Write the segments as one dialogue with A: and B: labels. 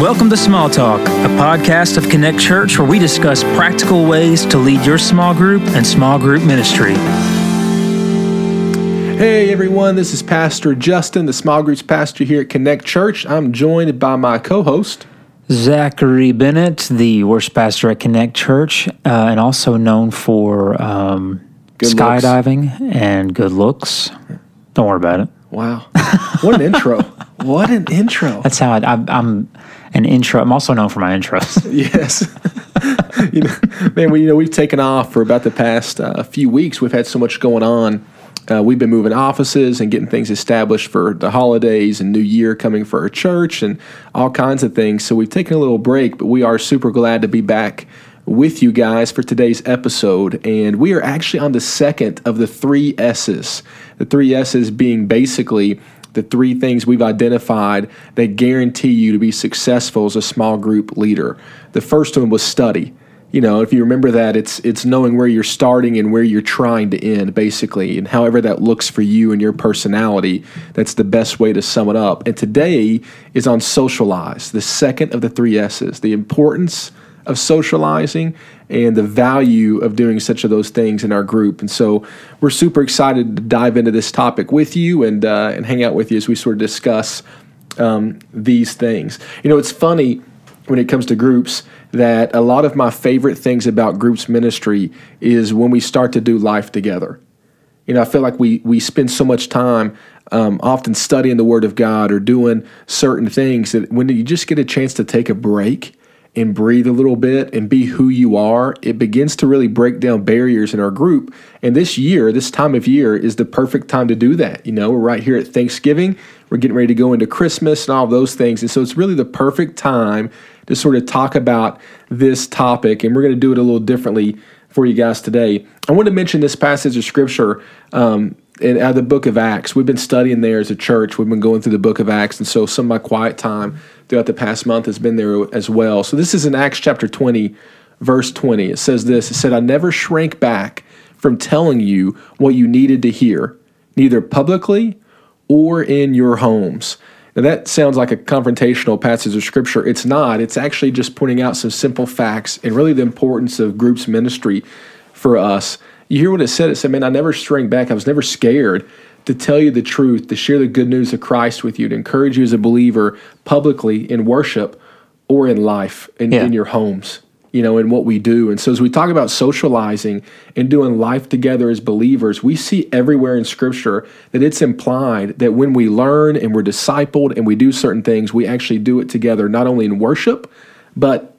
A: Welcome to Small Talk, a podcast of Connect Church where we discuss practical ways to lead your small group and small group ministry.
B: Hey everyone, this is Pastor Justin, the small groups pastor here at Connect Church. I'm joined by my co host.
A: Zachary Bennett, the worship pastor at Connect Church, uh, and also known for um,
B: Good looks.
A: skydiving and good looks. Don't worry about it.
B: Wow. What an intro. What an intro.
A: That's how I, I, I'm an intro. I'm also known for my intros.
B: Yes. you know, man, we, you know, we've taken off for about the past uh, few weeks. We've had so much going on. Uh, we've been moving offices and getting things established for the holidays and New Year coming for our church and all kinds of things. So we've taken a little break, but we are super glad to be back with you guys for today's episode. And we are actually on the second of the three S's. The three S's being basically the three things we've identified that guarantee you to be successful as a small group leader. The first one was study. You know, if you remember that, it's it's knowing where you're starting and where you're trying to end, basically, and however that looks for you and your personality, that's the best way to sum it up. And today is on socialize, the second of the three S's, the importance of socializing and the value of doing such of those things in our group. And so we're super excited to dive into this topic with you and uh, and hang out with you as we sort of discuss um, these things. You know, it's funny when it comes to groups that a lot of my favorite things about groups ministry is when we start to do life together. You know, I feel like we we spend so much time um, often studying the Word of God or doing certain things that when you just get a chance to take a break and breathe a little bit and be who you are, it begins to really break down barriers in our group. And this year, this time of year, is the perfect time to do that. You know, we're right here at Thanksgiving, we're getting ready to go into Christmas and all those things. And so it's really the perfect time to sort of talk about this topic. And we're going to do it a little differently for you guys today. I want to mention this passage of scripture um, in, out of the book of Acts. We've been studying there as a church. We've been going through the book of Acts, and so some of my quiet time throughout the past month has been there as well. So this is in Acts chapter 20, verse 20. It says this It said, I never shrank back from telling you what you needed to hear, neither publicly or in your homes. Now, that sounds like a confrontational passage of scripture. It's not. It's actually just pointing out some simple facts and really the importance of groups ministry for us. You hear what it said? It said, Man, I never shrink back. I was never scared to tell you the truth, to share the good news of Christ with you, to encourage you as a believer publicly in worship or in life and
A: Yeah.
B: in your homes, you know, in what we do. And so as we talk about socializing and doing life together as believers, we see everywhere in scripture that it's implied that when we learn and we're discipled and we do certain things, we actually do it together, not only in worship, but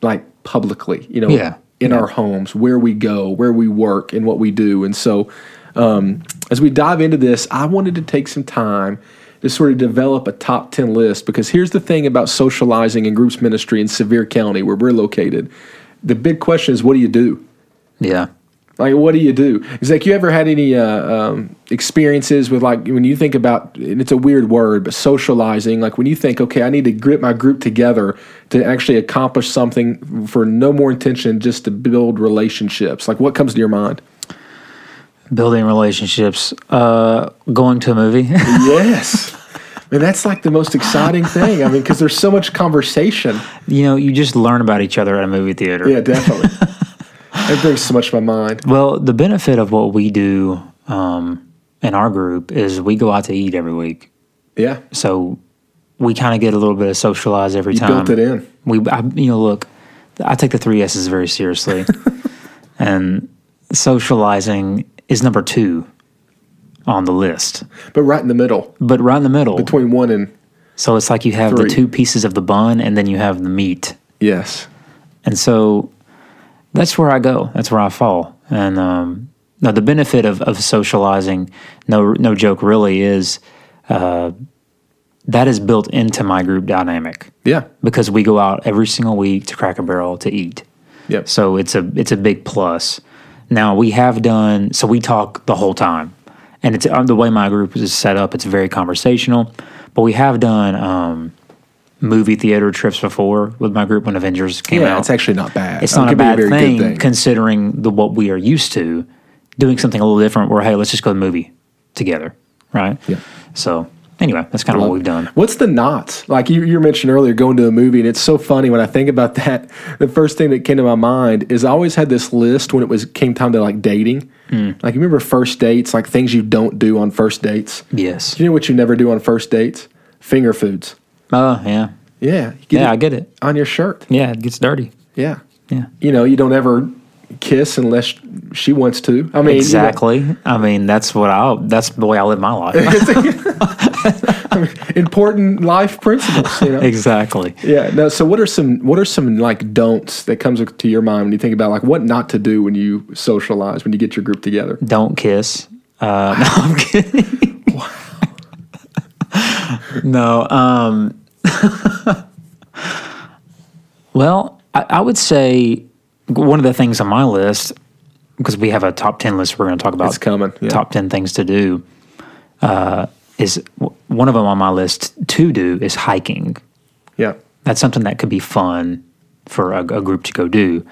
B: like publicly, you know,
A: Yeah.
B: in our homes, where we go, where we work, and what we do. And so, um, as we dive into this, I wanted to take some time to sort of develop a top 10 list because here's the thing about socializing and groups ministry in Sevier County, where we're located. The big question is, what do you do?
A: Yeah.
B: Like, what do you do? It's like, you ever had any uh, um, experiences with, like, when you think about, and it's a weird word, but socializing, like when you think, okay, I need to grip my group together to actually accomplish something for no more intention, just to build relationships. Like, what comes to your mind?
A: Building relationships, uh, going to a movie.
B: Yes. Man, that's like the most exciting thing. I mean, because there's so much conversation.
A: you know, you just learn about each other at a movie theater.
B: Yeah, definitely. it brings so much to my mind.
A: Well, the benefit of what we do um, in our group is we go out to eat every week,
B: Yeah.
A: so we kind of get a little bit of socialize every
B: You
A: time.
B: built it in.
A: We, I, you know, look, I take the three S's very seriously, and socializing is number two on the list,
B: But right in the middle,
A: but right in the middle.
B: between one and
A: so it's like you have
B: Three.
A: the two pieces of the bun, and then you have the meat.
B: yes.
A: And so that's where I go. That's where I fall. And um, now the benefit of, of socializing, no no joke, really is uh, that is built into my group dynamic
B: Yeah.
A: because we go out every single week to Cracker Barrel to eat.
B: Yep.
A: So it's a it's a big plus. Now we have done so we talk the whole time, and it's uh, the way my group is set up. It's very conversational, but we have done um, movie theater trips before with my group when Avengers came
B: Yeah,
A: out
B: it's actually not bad.
A: it's
B: It
A: not a
B: could be
A: bad
B: very good
A: thing, considering the what we are used to doing something a little different where hey let's just go to the movie together right
B: Yeah.
A: so anyway, that's kind of what we've done.
B: What's the knots? Like you, you mentioned earlier, going to a movie, and it's so funny when I think about that. The first thing that came to my mind is I always had this list when it was came time to like dating.
A: Hmm.
B: Like you remember first dates, like things you don't do on first dates.
A: Yes.
B: Do you know what you never do on first dates? Finger foods.
A: Oh yeah.
B: Yeah, you
A: Yeah,
B: it
A: I get it.
B: on your shirt.
A: Yeah, it gets dirty.
B: Yeah,
A: Yeah.
B: you know you don't ever kiss unless she wants to. I mean, you know,
A: Exactly. I mean, that's what I. That's the way I live my life.
B: important life principles. You know.
A: exactly.
B: Yeah. No. So, what are some what are some like don'ts that comes to your mind when you think about like what not to do when you socialize when you get your group together?
A: Don't kiss. Uh, no, I'm kidding. no. Um, well, I, I would say one of the things on my list because we have a top ten list we're going to talk about.
B: It's coming, yeah.
A: Top ten things to do uh, is w- one of them on my list to do is hiking.
B: Yeah.
A: that's something that could be fun for a, a group to go do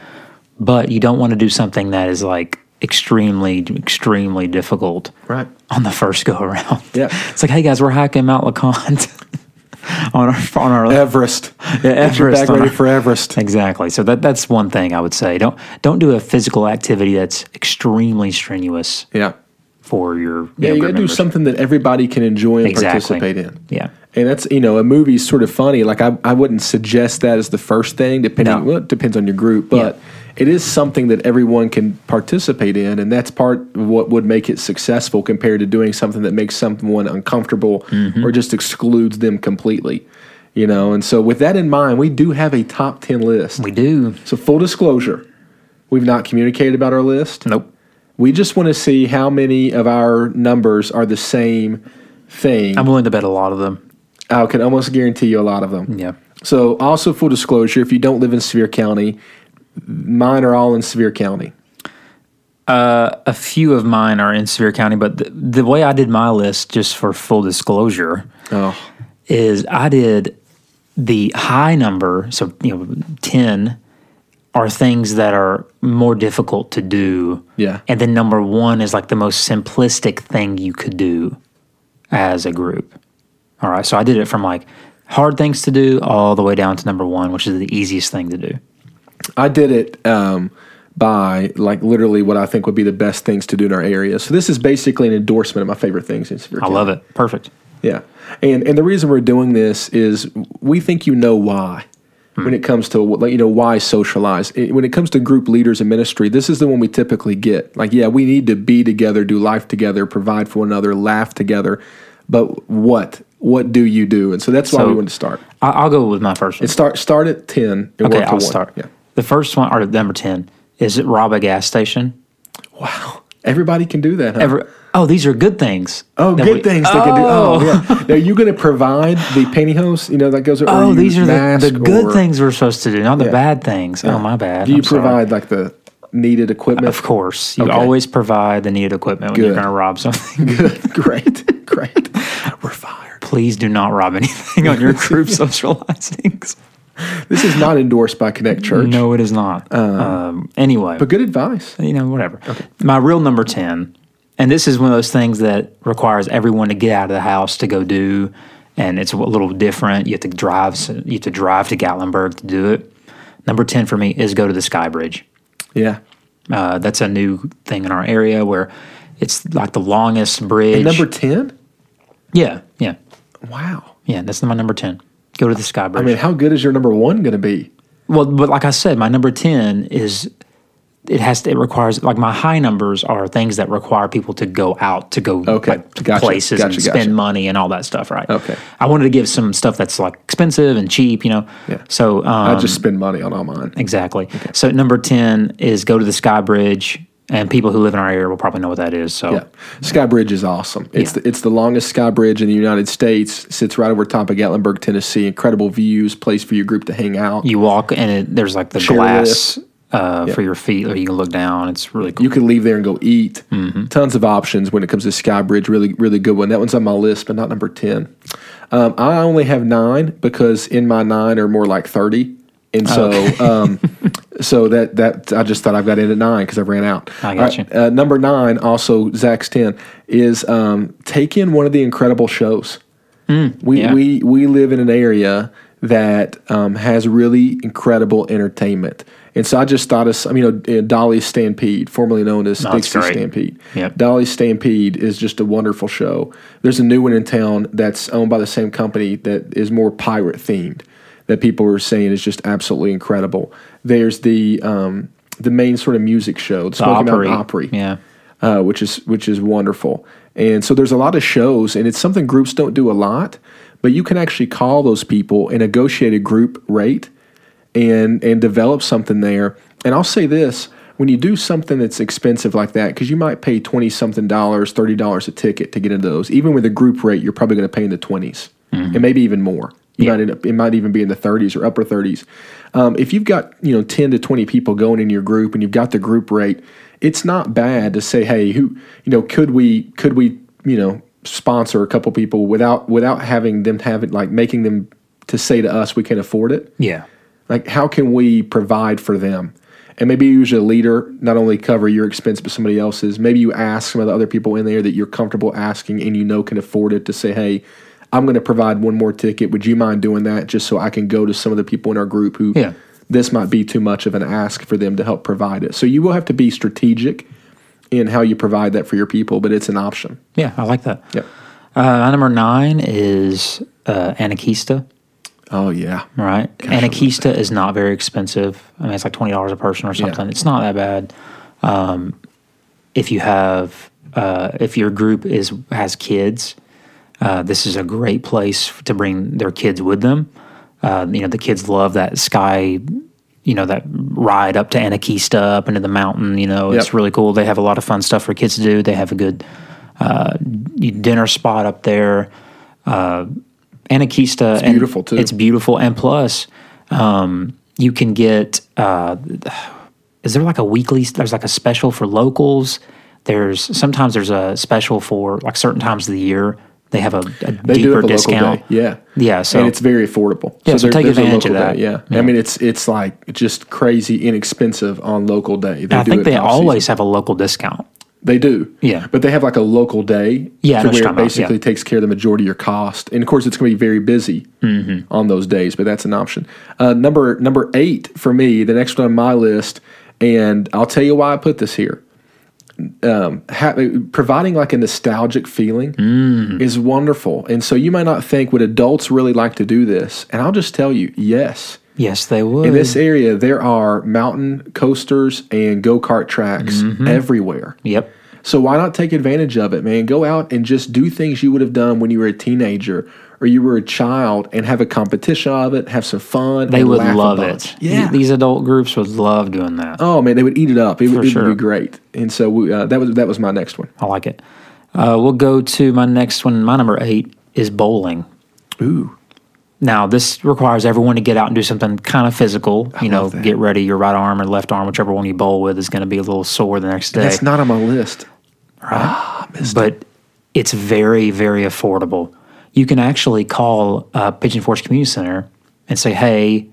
A: but you don't want to do something that is like extremely extremely difficult
B: Right.
A: on the first go around
B: Yeah.
A: it's like hey guys we're hiking mount leconte on our on our
B: Everest.
A: Yeah,
B: Get your
A: Everest
B: bag
A: on
B: ready
A: our-
B: for Everest.
A: exactly so that that's one thing i would say don't don't do a physical activity that's extremely strenuous
B: Yeah.
A: for your
B: Yeah. You
A: younger
B: got to do
A: members.
B: something that everybody can enjoy and
A: exactly
B: participate in.
A: yeah
B: And that's you know a movie's sort of funny. Like I, I wouldn't suggest that as the first thing. Depending,
A: No.
B: well, it depends on your group, but it is something that everyone can participate in, and that's part of what would make it successful compared to doing something that makes someone uncomfortable
A: Mm-hmm.
B: or just excludes them completely. You know, and so with that in mind, we do have a top ten list.
A: we do
B: So full disclosure, we've not communicated about our list.
A: nope
B: We just want to see how many of our numbers are the same thing.
A: i'm willing to bet a lot of them
B: I can almost guarantee you a lot of them.
A: yeah
B: So, also full disclosure, if you don't live in Sevier County, mine are all in Sevier County.
A: a few of mine are in Sevier County, but the, the way I did my list, just for full disclosure,
B: Oh,
A: is I did the high number, so you know, ten are things that are more difficult to do.
B: Yeah.
A: And then number one is like the most simplistic thing you could do as a group. All right. So I did it from like hard things to do all the way down to number one, which is the easiest thing to do.
B: I did it um, by like literally what I think would be the best things to do in our area. So, this is basically an endorsement of my favorite things in Sevier
A: I
B: County.
A: love it. Perfect.
B: Yeah. And and the reason we're doing this is we think you know why.
A: Hmm.
B: When it comes to like you know why socialize, It- when it comes to group leaders in ministry, this is the one we typically get. Like, yeah, we need to be together, do life together, provide for one another, laugh together. But what? What do you do? And so that's why
A: So-
B: we want to start.
A: I, I'll go with my first one.
B: It start start at ten. And
A: Okay,
B: work to
A: I'll
B: one.
A: start.
B: Yeah.
A: The first one, or number 10, is it rob a gas station?
B: Wow. Everybody can do that. Huh?
A: Ever, oh, these are good things.
B: oh,
A: that
B: good
A: we-
B: things they can do. Oh, yeah. Now, are you going to provide the pantyhose? You know that goes. or
A: Oh,
B: you
A: these are the,
B: mask
A: the good
B: or-
A: things we're supposed to do, not
B: Yeah.
A: the bad things. Oh, my bad.
B: Do you
A: I'm sorry.
B: provide like the needed equipment?
A: Of course. You
B: Okay.
A: always provide the needed equipment when you're
B: Good.
A: going to rob something.
B: Good. Great. Great. We're fired.
A: Please do not rob anything on your group socializings.
B: This is not endorsed by Connect Church.
A: No, it is
B: Uh,
A: not. um, anyway.
B: But good advice.
A: you know, whatever. My real number 10, and this is one of those things that requires everyone to get out of the house to go do, and it's a little different. You have to drive, s- you have to drive to Gatlinburg to do it. Number 10 for me is go to the Sky Bridge.
B: Yeah.
A: Uh, that's a new thing in our area where it's like the longest bridge.
B: Number 10?
A: yeah, yeah,
B: Wow.
A: yeah. That's my number 10. Go to the Sky Bridge.
B: I mean, how good is your number one going to be?
A: Well, but like I said, my number ten is it has to, it requires like my high numbers are things that require people to go out to go
B: Okay.
A: like, to
B: Gotcha.
A: places
B: Gotcha,
A: and
B: gotcha.
A: spend money and all that stuff, right?
B: Okay.
A: I wanted to give some stuff that's like expensive and cheap, you know.
B: Yeah.
A: So um,
B: I just spend money on all mine.
A: exactly. So number ten is go to the Sky Bridge, and people who live in our area will probably know what that is. So
B: Yeah. Sky Bridge is awesome. It's, the, it's the longest sky bridge in the United States. Sits right over top of Gatlinburg, Tennessee. Incredible views, place for your group to hang out.
A: you walk and it, there's like the glass uh, for your feet, or you can look down. It's really cool.
B: You can leave there and go eat. Tons of options when it comes to Sky Bridge. Really, really good one. That one's on my list, but not number 10. Um, I only have nine because in my nine are more like 30. And so, um, so that, that I just thought I've got in at nine because I ran out.
A: I
B: All
A: got
B: right, Uh, number nine, also Zach's 10, is um, take in one of the incredible shows. we,
A: yeah.
B: we we live in an area that um, has really incredible entertainment, and so I just thought of some- you know uh, Dolly Stampede, formerly known as
A: it's
B: Dixie
A: great.
B: Stampede.
A: Yep.
B: Dolly Stampede is just a wonderful show. There's a new one in town that's owned by the same company that is more pirate themed. That people are saying is just absolutely incredible. There's the um, the main sort of music show, the Smoky Mountain Opry
A: Yeah.
B: uh, which is which is wonderful. And so there's a lot of shows, and it's something groups don't do a lot, but you can actually call those people and negotiate a group rate, and and develop something there. And I'll say this: when you do something that's expensive like that, because you might pay twenty something dollars, thirty dollars a ticket to get into those, even with a group rate, you're probably going to pay in the 20s and maybe even more. You might end up, it might even be in the 30s or upper 30s. Um, if you've got you know 10 to 20 people going in your group and you've got the group rate, it's not bad to say, hey, who you know could we could we you know sponsor a couple people without without having them have it like making them to say to us we can afford it
A: Yeah.
B: like how can we provide for them and maybe you as a leader not only cover your expense but somebody else's maybe you ask some of the other people in there that you're comfortable asking and you know can afford it to say hey i'm going to provide one more ticket would you mind doing that just so i can go to some of the people in our group who
A: Yeah.
B: this might be too much of an ask for them to help provide it so you will have to be strategic in how you provide that for your people but it's an option
A: Yeah. I like that.
B: yep
A: Uh, number nine is uh, Anarchista.
B: oh yeah
A: right?
B: I love
A: Anarchista is not very expensive. I mean, it's like twenty dollars a person or something. It's not that bad. Um, if you have, uh, if your group is has kids, uh, this is a great place to bring their kids with them. Uh, you know, the kids love that sky. You know that ride up to Anarchista, up into the mountain. You know, it's
B: Yep.
A: really cool. They have a lot of fun stuff for kids to do. They have a good uh, dinner spot up there. Uh, Anarchista, it's
B: beautiful, too.
A: It's beautiful, and plus, um, you can get. Uh, is there like a weekly? There's like a special for locals. There's sometimes there's a special for like certain times of the year. They have a, a deeper
B: they do have a local
A: discount.
B: day. Yeah,
A: Yeah, so-
B: and it's very affordable.
A: Yeah, so take
B: there's a
A: advantage of
B: local
A: that.
B: Day. Yeah. I mean it's it's like just crazy inexpensive on local day. They
A: I
B: do
A: think
B: it
A: they
B: off-season.
A: always have a local discount.
B: they do.
A: Yeah.
B: but they have like a local day.
A: Yeah, I know what you're
B: to where it
A: talking about,
B: basically
A: yeah.
B: takes care of the majority of your cost, and of course it's going to be very busy
A: Mm-hmm.
B: on those days. But that's an option. Uh, number number eight for me, the next one on my list, and I'll tell you why I put this here. Um, ha- providing like a nostalgic feeling
A: Mm.
B: is wonderful. And so you might not think, would adults really like to do this? And I'll just tell you, yes.
A: Yes, they would.
B: In this area, there are mountain coasters and go kart tracks
A: Mm-hmm.
B: everywhere.
A: yep.
B: So why not take advantage of it, man? Go out and just do things you would have done when you were a teenager or you were a child and have a competition of it, have some fun.
A: They
B: and
A: would
B: laugh a
A: love
B: bunch.
A: it.
B: Yeah.
A: Th- These adult groups would love doing that.
B: oh, man, they would eat it up. It, would-
A: For
B: it would
A: sure.
B: be great. And so we, uh, that, was, that was my next one.
A: I like it. Uh, we'll go to my next one. My number eight is bowling.
B: Ooh.
A: Now, this requires everyone to get out and do something kind of physical. you know,
B: love that.
A: get ready. Your right arm or left arm, whichever one you bowl with, is going to be a little sore the next day.
B: That's not on my list.
A: but it's very, very affordable. You can actually call uh, Pigeon Forge Community Center and say, "Hey,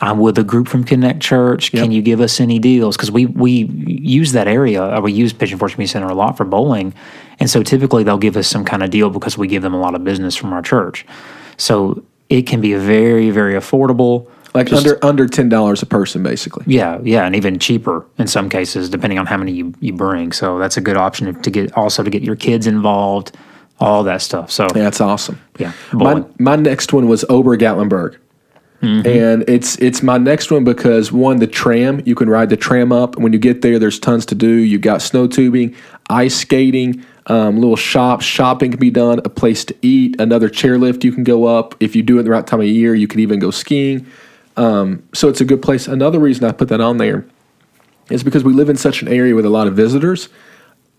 A: I'm with a group from Connect Church. Can
B: Yep.
A: you give us any deals?" Because we we use that area, or we use Pigeon Forge Community Center a lot for bowling, and so typically they'll give us some kind of deal because we give them a lot of business from our church. So it can be very, very affordable.
B: like under under ten dollars a person, basically.
A: Yeah, yeah, and even cheaper in some cases, depending on how many you, you bring. So that's a good option to get also to get your kids involved, all that stuff. So
B: Yeah, that's awesome.
A: Yeah,
B: my
A: bowling.
B: my next one was Ober Gatlinburg, and it's it's my next one because one the tram you can ride the tram up. When you get there, there's tons to do. You got snow tubing, ice skating. Um, little shops, shopping can be done, a place to eat, another chairlift you can go up. If you do it the right time of year, you could even go skiing. so it's a good place. Another reason I put that on there is because we live in such an area with a lot of visitors.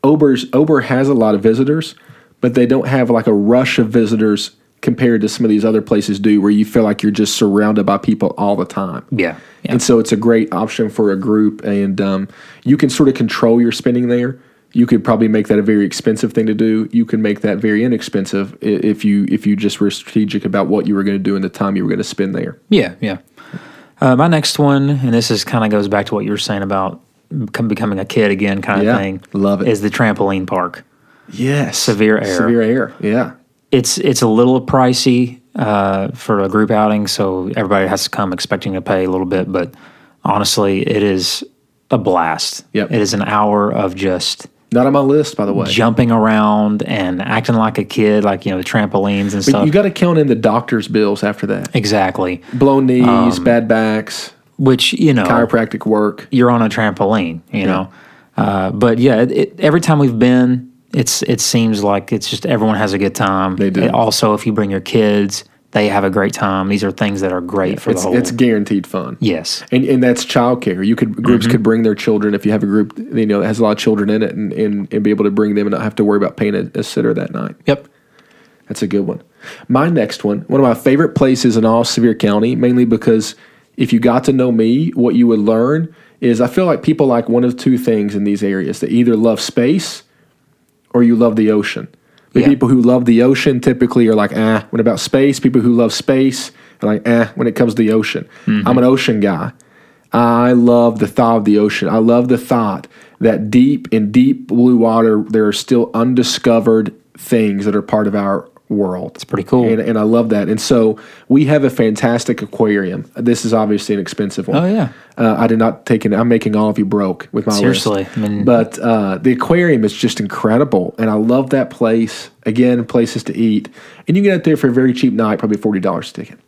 B: Ober's Ober has a lot of visitors, but they don't have like a rush of visitors compared to some of these other places do, where you feel like you're just surrounded by people all the time.
A: yeah, yeah.
B: And so it's a great option for a group, and um, you can sort of control your spending there. You could probably make that a very expensive thing to do. You can make that very inexpensive i- if you if you just were strategic about what you were going to do and the time you were going to spend there.
A: Yeah, yeah. Uh, my next one, and this is kind of goes back to what you were saying about become- becoming a kid again, kind of
B: Yeah,
A: thing.
B: love it.
A: Is the trampoline park?
B: Yes.
A: Severe error.
B: Severe error. Yeah.
A: it's it's a little pricey uh, for a group outing, so everybody has to come expecting to pay a little bit. But honestly, it is a blast.
B: Yep.
A: It is an hour of just
B: Not on my list, by the way.
A: jumping around and acting like a kid, like you know the trampolines and
B: But
A: stuff.
B: you got to count in the doctor's bills after that.
A: exactly,
B: Blown knees, bad backs,
A: which you know
B: chiropractic work.
A: you're on a trampoline, you know. Uh, but yeah, it, it, every time we've been, it's it seems like it's just everyone has a good time. They
B: do.
A: also, if you bring your kids, they have a great time. These are things that are great for
B: It's,
A: the whole.
B: it's guaranteed fun.
A: yes,
B: And, and that's childcare. You could groups could bring their children if you have a group you know that has a lot of children in it and, and, and be able to bring them and not have to worry about paying a, a sitter that night.
A: yep,
B: That's a good one. My next one, one of my favorite places in all of Sevier County, mainly because if you got to know me, what you would learn is I feel like people like one of two things in these areas. They either love space or you love the ocean. The
A: Yeah.
B: people who love the ocean typically are like, ah, what about space? People who love space are like, ah, when it comes to the ocean.
A: Mm-hmm.
B: I'm an ocean guy. I love the thought of the ocean. I love the thought that deep in deep blue water, there are still undiscovered things that are part of our world. It's
A: pretty cool.
B: And, and I love that. And so we have a fantastic aquarium. This is obviously an expensive one.
A: Oh, yeah.
B: Uh, I did not take it. I'm making all of you broke with my list.
A: Seriously, I mean-
B: but uh, the aquarium is just incredible, and I love that place. Again, places to eat, and you can get out there for a very cheap night, probably forty dollars a ticket.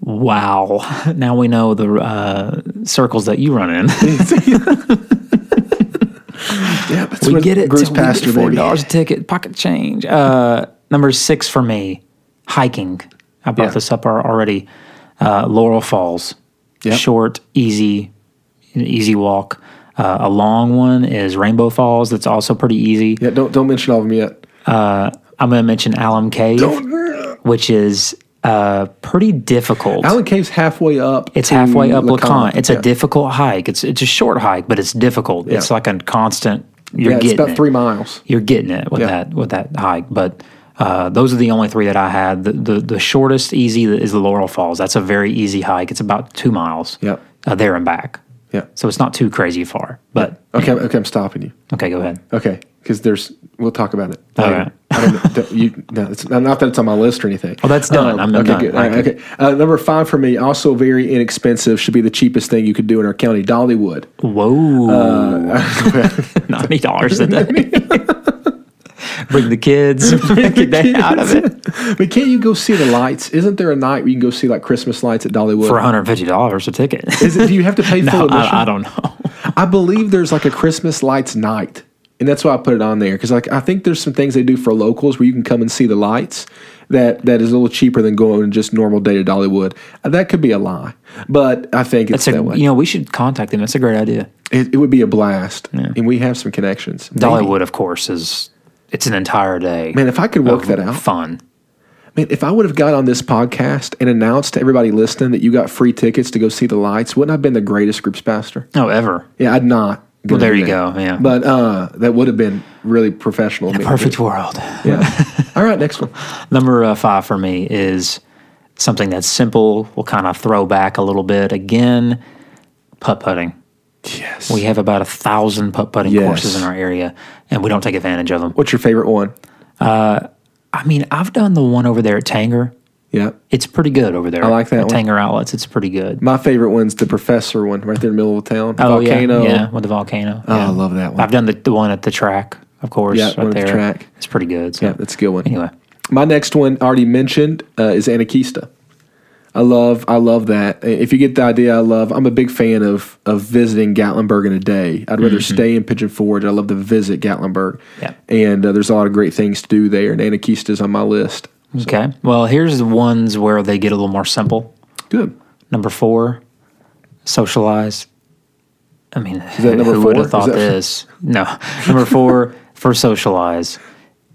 A: wow. Now we know the uh, circles that you run in.
B: Yeah, but
A: we get it.
B: Bruce
A: so we get
B: Pastor,
A: Four
B: baby.
A: dollars a ticket, pocket change. Uh, number six for me, hiking. I brought
B: Yeah.
A: this up ar- already. Uh, Laurel Falls,
B: Yep.
A: short, easy, an easy walk. Uh, a long one is Rainbow Falls. That's also pretty easy.
B: Yeah, don't don't mention all of them yet.
A: I'm going to mention Alum Cave, which is uh, pretty difficult.
B: Allen Cave's halfway up.
A: It's
B: to
A: halfway up
B: LeConte.
A: LeConte. It's
B: Mm, Yeah.
A: a difficult hike. It's it's a short hike, but it's difficult. It's like a constant. You're
B: yeah, it's
A: getting
B: about
A: it.
B: three miles.
A: you're getting it with
B: Yeah.
A: that with that hike. But uh, those are the only three that I had. The, the the shortest easy is the Laurel Falls. That's a very easy hike. It's about two miles.
B: Yep.
A: Uh, there and back.
B: Yeah.
A: So it's not too crazy far. But
B: Okay, I'm- okay, I'm stopping you.
A: okay, go ahead.
B: Okay, because there's we'll talk about it.
A: All
B: later.
A: right.
B: I don't, know- don't- you, no, it's not that it's on my list or anything. Um,
A: Well, that's done. I'm- I'm
B: okay,
A: done.
B: good. All right,
A: Okay.
B: okay. Uh, number five for me, also very inexpensive, should be the cheapest thing you could do in our county, Dollywood.
A: Whoa, ninety dollars a day. Bring the kids. Get that out of it
B: but can't you go see the lights? Isn't there a night where you can go see like Christmas lights at Dollywood?
A: for one hundred fifty dollars a ticket.
B: Is it, do you have to pay full
A: no,
B: admission?
A: I, I don't know.
B: I believe there's like a Christmas lights night, and that's why I put it on there because like I think there's some things they do for locals where you can come and see the lights that that is a little cheaper than going to just normal day to Dollywood. Uh, That could be a lie, but I think it's
A: It's a,
B: that way.
A: you know, we should contact them. That's a great idea.
B: it, it would be a blast, and we have some connections. Maybe.
A: Dollywood, of course, is it's an entire day.
B: man, if I could work
A: Oh.
B: that out,
A: Fun.
B: man, if I would have got on this podcast and announced to everybody listening that you got free tickets to go see the lights, wouldn't I have been the greatest groups pastor?
A: No, ever.
B: Yeah, I'd not.
A: Well, there you go, yeah.
B: but uh, that would have been really professional. of me to do.
A: Perfect world.
B: Yeah. All right, next one.
A: Number uh, five for me is something that's simple. We'll kind of throw back a little bit again. Putt putting.
B: Yes.
A: We have about a thousand putt putting
B: Yes.
A: courses in our area, and we don't take advantage of them.
B: What's your favorite one?
A: I mean, I've done the one over there at Tanger.
B: Yeah.
A: It's pretty good over there. I
B: like that
A: at
B: one.
A: Tanger Outlets. It's pretty good.
B: My favorite one's the professor one right there in the middle of town.
A: Oh, yeah,
B: Volcano.
A: yeah, with the volcano.
B: Oh, I love that one.
A: I've done the, the one at the track, of course.
B: Yeah,
A: right
B: one at the
A: there.
B: track.
A: It's pretty good. So.
B: Yeah, that's a good one.
A: Anyway,
B: My next one already mentioned uh, is Anakista. I love I love that. If you get the idea, I love. I'm a big fan of of visiting Gatlinburg in a day. I'd rather stay in Pigeon Forge. I love to visit Gatlinburg.
A: Yeah.
B: And uh, there's a lot of great things to do there, and Anakista's on my list.
A: okay. Well, here's the ones where they get a little more simple.
B: Good.
A: Number four, socialize. I mean,
B: that number
A: who would
B: four?
A: have
B: Is
A: thought
B: that-
A: this? No. Number four for socialize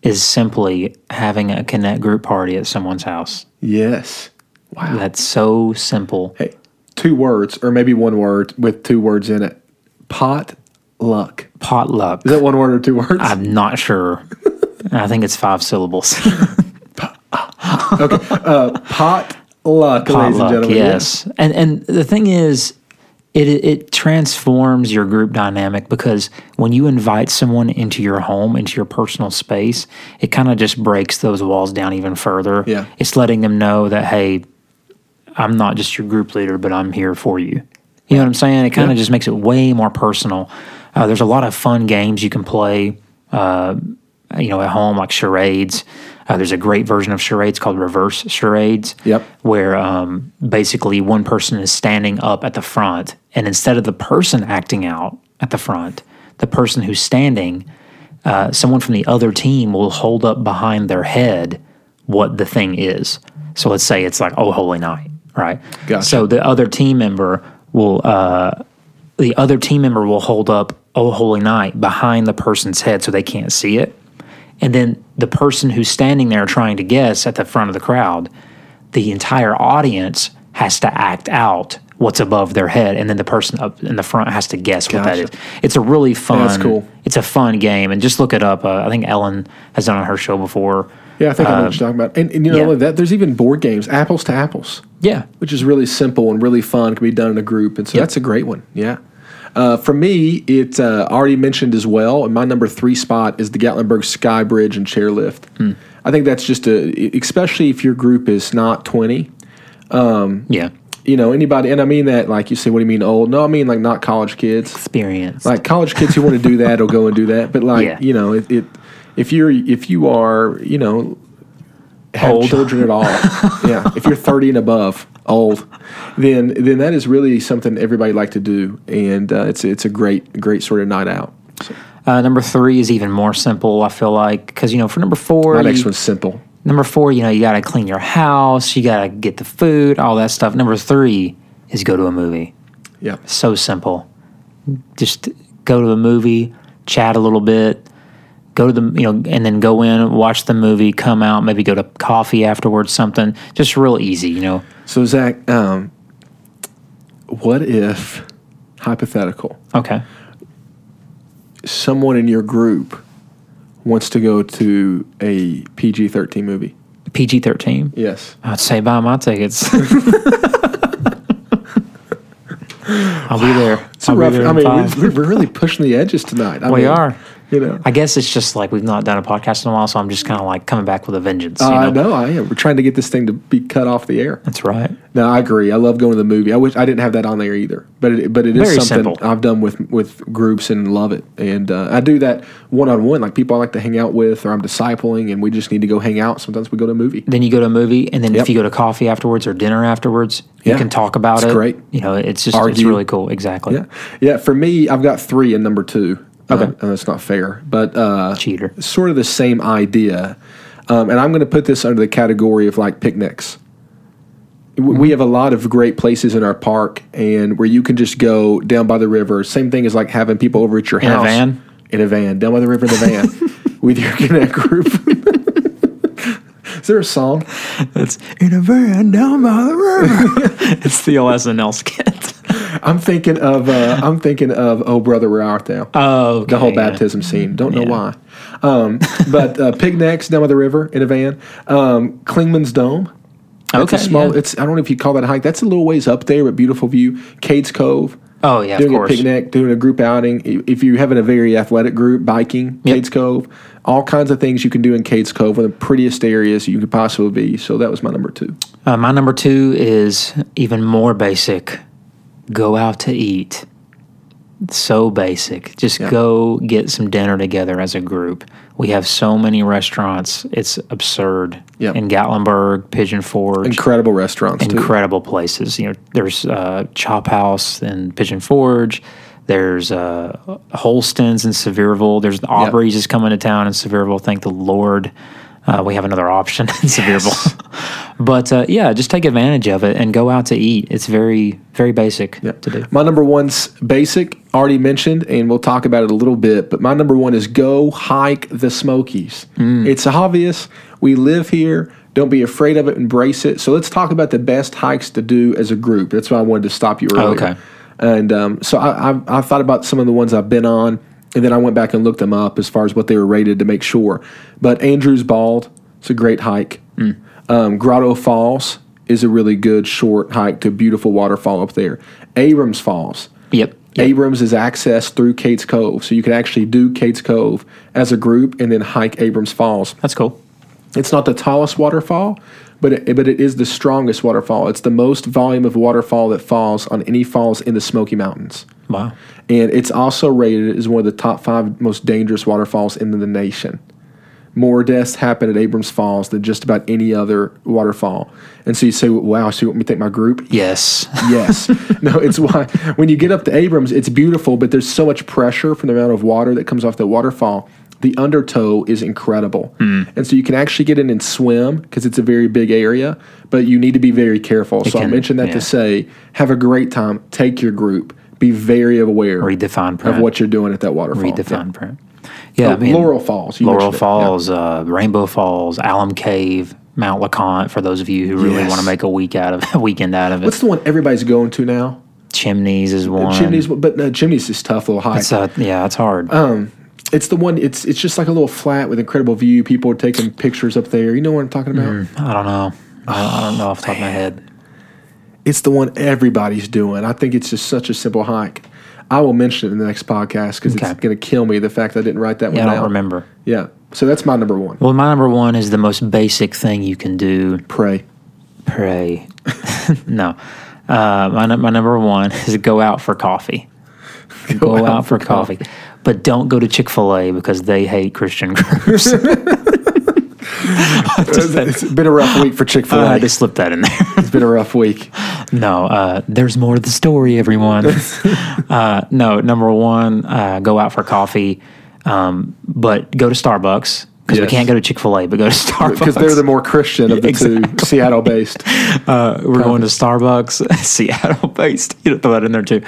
A: is simply having a connect group party at someone's house.
B: Yes. Wow.
A: That's so simple.
B: Hey, two words, or maybe one word with two words in it. Pot luck.
A: Potluck.
B: Is that one word or two words?
A: I'm not sure. I think it's five syllables.
B: Pot luck, ladies and
A: potluck,
B: gentlemen.
A: yes. And and the thing is, it it transforms your group dynamic because when you invite someone into your home, into your personal space, it kind of just breaks those walls down even further.
B: Yeah.
A: It's letting them know that hey, I'm not just your group leader, but I'm here for you. You know what I'm saying? It kind of
B: Yeah.
A: just makes it way more personal. Uh, there's a lot of fun games you can play, uh, you know, at home like charades. Uh, there's a great version of charades called reverse charades
B: Yep.
A: where um, basically one person is standing up at the front, and instead of the person acting out at the front, the person who's standing, uh, someone from the other team will hold up behind their head what the thing is. So let's say it's like, oh, holy night, right?
B: Gotcha.
A: So the other team member will, uh, the other team member will hold up, oh, holy night, behind the person's head so they can't see it. And then the person who's standing there trying to guess at the front of the crowd, the entire audience has to act out what's above their head, and then the person up in the front has to guess what that
B: Gotcha.
A: is. It's a really fun.
B: that's cool.
A: It's a fun game, and just look it up. Uh, I think Ellen has done it on her show before.
B: Yeah, I think I know what you're talking about. And, and you know
A: yeah.
B: that there's even board games, apples to apples,
A: Yeah,
B: which is really simple and really fun. Can be done in a group, and so that's a great one. Yeah. Uh, for me, it's uh, already mentioned as well. And my number three spot is the Gatlinburg Sky Bridge and chairlift. I think that's just a, e, especially if your group is not 20,
A: yeah.
B: you know, anybody, and I mean that like you say, what do you mean old? No, I mean like not college kids.
A: Experience.
B: like college kids who want to do that will go and do that but like
A: Yeah.
B: you know it, it if you're if you are you know have
A: Old.
B: children at all yeah if you're 30 and above old then then that is really something everybody like to do and uh, it's it's a great great sort of night out so
A: uh, number three is even more simple. I feel like because you know for number four,
B: my
A: you-
B: next one's simple
A: Number four, you know, you got to clean your house, you got to get the food, all that stuff. Number three is go to a movie.
B: yeah
A: So simple. Just go to a movie, chat a little bit, go to the, you know, and then go in, watch the movie, come out, maybe go to coffee afterwards, something. Just real easy, you know.
B: so zach um, what if hypothetical
A: Okay.
B: someone in your group wants to go to a pg-13 movie
A: PG 13.
B: yes
A: I'd say buy my tickets. I'll be there.
B: It's a
A: I'll
B: rough.
A: be there
B: I
A: in
B: mean,
A: five.
B: we're, we're really pushing the edges tonight. I
A: We
B: mean,
A: are.
B: You know.
A: I guess it's just like we've not done a podcast in a while, so I'm just kind of like coming back with a vengeance. You
B: Uh, I
A: know?
B: know I am. We're trying to get this thing to be cut off the air.
A: That's right.
B: No, I agree. I love going to the movie. I wish I didn't have that on there either. But it, but it is
A: Very
B: something
A: simple.
B: I've done with with groups and love it. And uh, I do that one on one, like people I like to hang out with, or I'm discipling, and we just need to go hang out. Sometimes we go to a movie.
A: Then you go to a movie, and then
B: Yep.
A: if you go to coffee afterwards or dinner afterwards,
B: Yeah.
A: you can talk about
B: It's
A: it.
B: great.
A: You know, it's just it's
B: Argue.
A: really cool. Exactly.
B: Yeah, yeah. For me, I've got three and number two. Okay, and that's not fair. But uh,
A: Cheater.
B: sort of the same idea. Um, and I'm going to put this under the category of like picnics. W
A: Mm-hmm.
B: We have a lot of great places in our park, and where you can just go down by the river. Same thing as like having people over at your
A: a
B: house
A: van?
B: In a van, down by the river in a van with your connect group. Is there a song?
A: It's in a van down by the river. it's the LSNL skit.
B: I'm thinking of uh, I'm thinking of Oh Brother Where Art Thou?
A: Oh,
B: the whole
A: okay, yeah.
B: baptism scene. Don't know why. Um, but uh, Pignac's down by the river in a van. Um, Klingman's Dome. That's
A: Okay,
B: a small.
A: yeah.
B: It's I don't know if you call that a hike. That's a little ways up there, but beautiful view. Cades Cove.
A: Oh yeah, of
B: doing a
A: course.
B: picnic, doing a group outing. I- If you're having a very athletic group, biking,
A: Yep.
B: Cades Cove. All kinds of things you can do in Cades Cove, one of the prettiest areas you could possibly be. So that was my number two.
A: Uh, my number two is even more basic. Go out to eat. So basic. Just go get some dinner together as a group. We have so many restaurants. It's absurd.
B: Yep.
A: In Gatlinburg, Pigeon Forge.
B: Incredible restaurants. too.
A: incredible places. You know, there's uh, Chop House in Pigeon Forge. There's uh, Holston's in Sevierville. There's the Aubrey's is coming to town in Sevierville. Thank the Lord, uh, we have another option in Sevierville. but uh, yeah, just take advantage of it and go out to eat. It's very very basic to do.
B: My number one's basic, already mentioned, and we'll talk about it a little bit. But my number one is go hike the Smokies.
A: Mm.
B: It's obvious. We live here. Don't be afraid of it. Embrace it. So let's talk about the best hikes to do as a group. That's why I wanted to stop you earlier.
A: okay.
B: And um, so I, I, I thought about some of the ones I've been on, and then I went back and looked them up as far as what they were rated to make sure. But Andrews Bald, it's a great hike. Um, Grotto Falls is a really good short hike to a beautiful waterfall up there. Abrams Falls.
A: Yep. yep.
B: Abrams is accessed through Cates Cove, so you can actually do Cates Cove as a group and then hike Abrams Falls.
A: That's cool.
B: It's not the tallest waterfall, but it, but it is the strongest waterfall. It's the most volume of waterfall that falls on any falls in the Smoky Mountains.
A: Wow.
B: And it's also rated as one of the top five most dangerous waterfalls in the nation. More deaths happen at Abrams Falls than just about any other waterfall. And so you say, wow, so you want me to take my group?
A: Yes.
B: Yes. no, it's why when you get up to Abrams, it's beautiful, but there's so much pressure from the amount of water that comes off the waterfall the undertow is incredible.
A: Hmm.
B: And so you can actually get in and swim because it's a very big area, but you need to be very careful. so I
A: can-
B: mentioned that
A: yeah.
B: to say, have a great time, take your group, be very aware
A: Read the fine print.
B: of what you're doing at that waterfall.
A: Read the
B: Yeah.
A: fine print. Yeah,
B: Oh,
A: I mean,
B: Laurel Falls. you
A: Laurel
B: mentioned it. Yeah.
A: Falls, uh, Rainbow Falls, Alum Cave, Mount LeConte. For those of you who really
B: Yes.
A: want to make a week out of a weekend out of it,
B: What's the one everybody's going to now?
A: Chimneys is one.
B: Chimneys, but no, Chimneys is tough little hike.
A: It's, uh, yeah, it's hard.
B: it's the one. It's it's just like a little flat with incredible view. People are taking pictures up there. You know what I'm talking about?
A: I don't know. I don't, I don't know off the top of my head.
B: It's the one everybody's doing. I think it's just such a simple hike. I will mention it in the next podcast because
A: Okay.
B: it's going to kill me the fact I didn't write that
A: Yeah,
B: one
A: I
B: down.
A: don't remember.
B: Yeah. So that's my number one.
A: Well, my number one is the most basic thing you can do
B: Pray.
A: pray. no. Uh, my, nu- my number one is go out for coffee. Go, out, for, coffee. But don't go to Chick fil A because they hate Christian groups.
B: it's been a rough week for Chick Fil
A: I
B: A.
A: had to slip that in there.
B: it's been a rough week.
A: no, uh, there's more to the story, everyone. uh, no, number one, uh, go out for coffee, um, but go to Starbucks because we
B: Yes.
A: can't go to Chick fil A, but go to Starbucks.
B: Because they're the more Christian of the two, Seattle based.
A: Uh, we're going to Starbucks, Seattle based. You know, throw that in there too.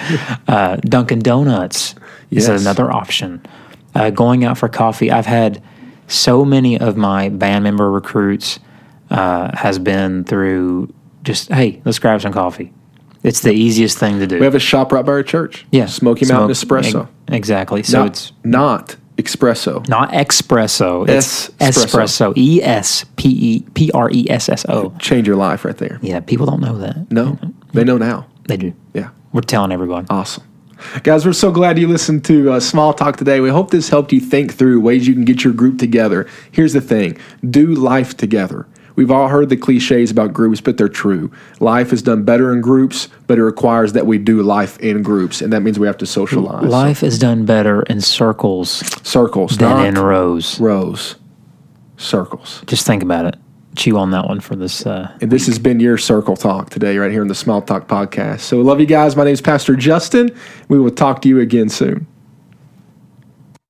A: Uh, Dunkin' Donuts
B: Yes.
A: is another option. Uh, going out for coffee. I've had so many of my band member recruits uh, has been through just hey, let's grab some coffee. It's the easiest thing to do.
B: We have a shop right by our church.
A: yeah,
B: Smoky Mountain
A: Smoke-
B: Espresso.
A: e- Exactly. So
B: not,
A: it's
B: not espresso.
A: not espresso. It's espresso.
B: Espresso.
A: E S P E P R E S S O.
B: Change your life right there.
A: Yeah, people don't know that.
B: No, Oh, they know now.
A: They do.
B: Yeah.
A: We're telling everyone.
B: Awesome. Guys, we're so glad you listened to uh, Small Talk today. We hope this helped you think through ways you can get your group together. Here's the thing do life together. We've all heard the cliches about groups, but they're true. Life is done better in groups, but it requires that we do life in groups, and that means we have to socialize.
A: Life is done better in circles
B: circles,
A: than in
B: not
A: rows.
B: rows. Circles.
A: Just think about it. Chew on that one for this. Uh,
B: And this has been your Circle Talk today, right here on the Small Talk podcast. So, we love you guys. My name is Pastor Justin. We will talk to you again soon.